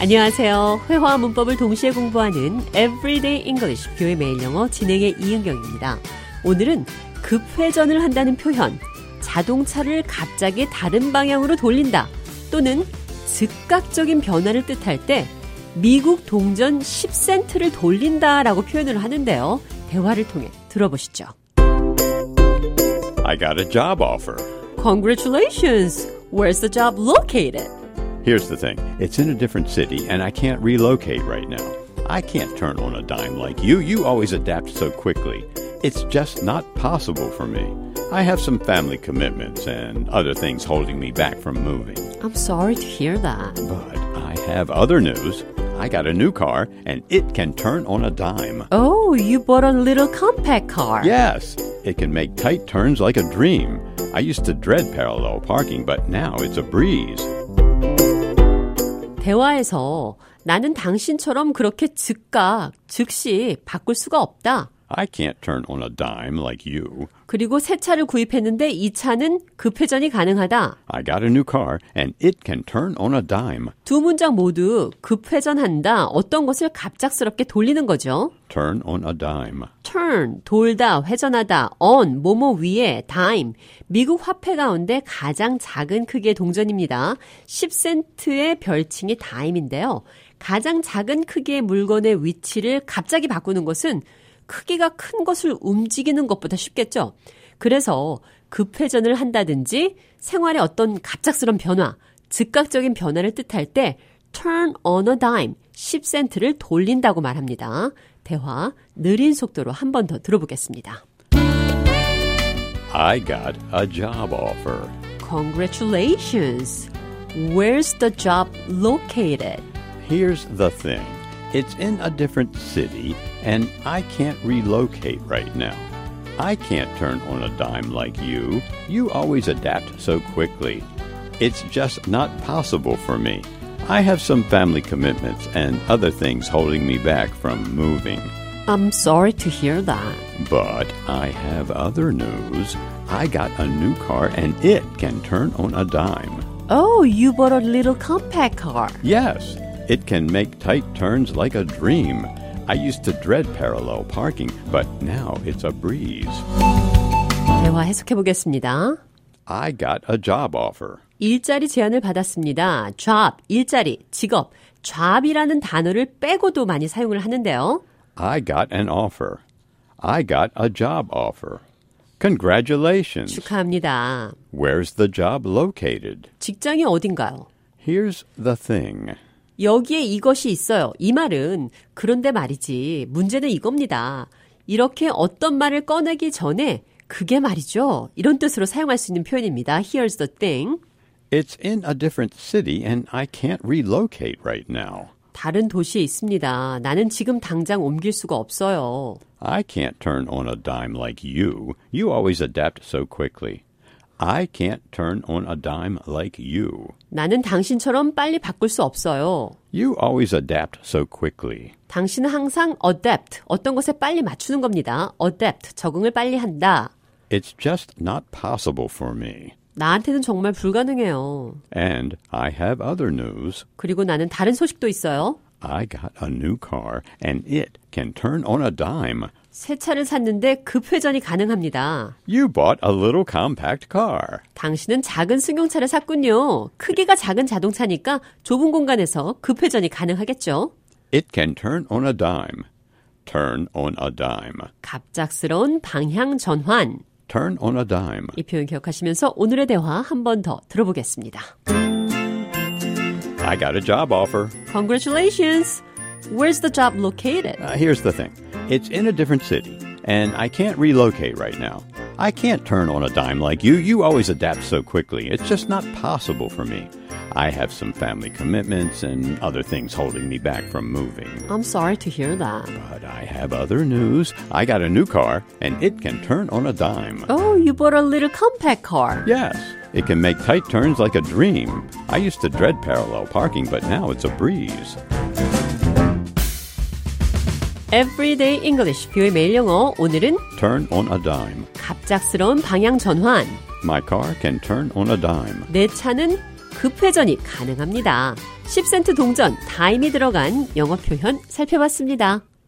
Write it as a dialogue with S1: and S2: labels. S1: 안녕하세요. 회화와 문법을 동시에 공부하는 Everyday English 교의 매일 영어 진행의 이은경입니다. 오늘은 급회전을 한다는 표현, 자동차를 갑자기 다른 방향으로 돌린다 또는 즉각적인 변화를 뜻할 때 미국 동전 10센트를 돌린다라고 표현을 하는데요. 대화를 통해 들어보시죠.
S2: I got a job offer.
S1: Congratulations. Where's the job located?
S2: Here's the thing it's in a different city, and I can't relocate right now. I can't turn on a dime like you. You always adapt so quickly. It's just not possible for me. I have some family commitments and other things holding me back from moving.
S1: I'm sorry to hear that.
S2: But I have other news. I got a new car, and it can turn on a dime.
S1: Oh, you bought a little compact car.
S2: Yes, it can make tight turns like a dream. I used to dread parallel parking, but now it's a breeze.
S1: 대화에서 나는 당신처럼 그렇게 즉각, 즉시 바꿀 수가 없다.
S2: I can't turn on a dime like you.
S1: 그리고 새 차를 구입했는데 이 차는 급회전이 가능하다.
S2: I got a new car, and it can turn on a dime.
S1: 두 문장 모두 급회전한다. 어떤 것을 갑작스럽게 돌리는 거죠.
S2: Turn on a dime.
S1: turn, 돌다, 회전하다, on, 뭐뭐 위에, dime. 미국 화폐 가운데 가장 작은 크기의 동전입니다. 10센트의 별칭이 dime인데요. 가장 작은 크기의 물건의 위치를 갑자기 바꾸는 것은 크기가 큰 것을 움직이는 것보다 쉽겠죠. 그래서 급회전을 한다든지 생활의 어떤 갑작스런 변화, 즉각적인 변화를 뜻할 때 turn on a dime, 10센트를 돌린다고 말합니다. 대화 느린 속도로 한 번 더 들어보겠습니다.
S2: I got a job offer.
S1: Congratulations. Where's the job located?
S2: Here's the thing it's in a different city, and I can't relocate right now. I can't turn on a dime like you. You always adapt so quickly. It's just not possible for me. I have some family commitments and other things holding me back from moving.
S1: I'm sorry to hear that.
S2: But I have other news. I got a new car and it can turn on a dime.
S1: Oh, you bought a little compact car.
S2: Yes, it can make tight turns like a dream. I used to dread parallel parking, but now it's a breeze.
S1: 대화 해석해 보겠습니다.
S2: I got a job offer.
S1: 일자리 제안을 받았습니다. job, 일자리, 직업. job이라는 단어를 빼고도 많이 사용을 하는데요.
S2: I got an offer. I got a job offer. Congratulations.
S1: 축하합니다.
S2: Where's the job located?
S1: 직장이 어딘가요?
S2: Here's the thing.
S1: 여기에 이것이 있어요. 이 말은 그런데 말이지. 문제는 이겁니다. 이렇게 어떤 말을 꺼내기 전에 그게 말이죠. 이런 뜻으로 사용할 수 있는 표현입니다. Here's the thing.
S2: It's in a different city and I can't relocate right now.
S1: 다른 도시에 있습니다. 나는 지금 당장 옮길 수가 없어요.
S2: I can't turn on a dime like you. You always adapt so quickly. I can't turn on a dime like you.
S1: 나는 당신처럼 빨리 바꿀 수 없어요.
S2: You always adapt so quickly.
S1: 당신은 항상 adapt, 어떤 것에 빨리 맞추는 겁니다. adapt, 적응을 빨리 한다.
S2: It's just not possible for me.
S1: 나한테는 정말 불가능해요.
S2: And I have other news.
S1: 그리고 나는 다른 소식도 있어요.
S2: I got a new car and it can turn on a dime.
S1: 새 차를 샀는데 급회전이 가능합니다.
S2: You bought a little compact car.
S1: 당신은 작은 승용차를 샀군요. 크기가 작은 자동차니까 좁은 공간에서 급회전이 가능하겠죠.
S2: It can turn on a dime. Turn on a dime.
S1: 갑작스러운 방향 전환.
S2: Turn on a dime.
S1: 이 표현 기억하시면서 오늘의 대화 한 번 더 들어보겠습니다.
S2: I got a job offer.
S1: Congratulations! Where's the job located?
S2: Uh, here's the thing it's in a different city, and I can't relocate right now. I can't turn on a dime like you. You always adapt so quickly. It's just not possible for me. I have some family commitments and other things holding me back from moving.
S1: I'm sorry to hear that.
S2: But I have other news. I got a new car, and it can turn on a dime.
S1: Oh, you bought a little compact car.
S2: Yes, it can make tight turns like a dream. I used to dread parallel parking, but now it's a breeze.
S1: Everyday English, 뷰의 매일 영어. 오늘은
S2: Turn on a dime.
S1: 갑작스러운 방향 전환.
S2: My car can turn on a dime.
S1: 내 차는 급회전이 가능합니다. 10센트 동전 다임이 들어간 영어 표현 살펴봤습니다.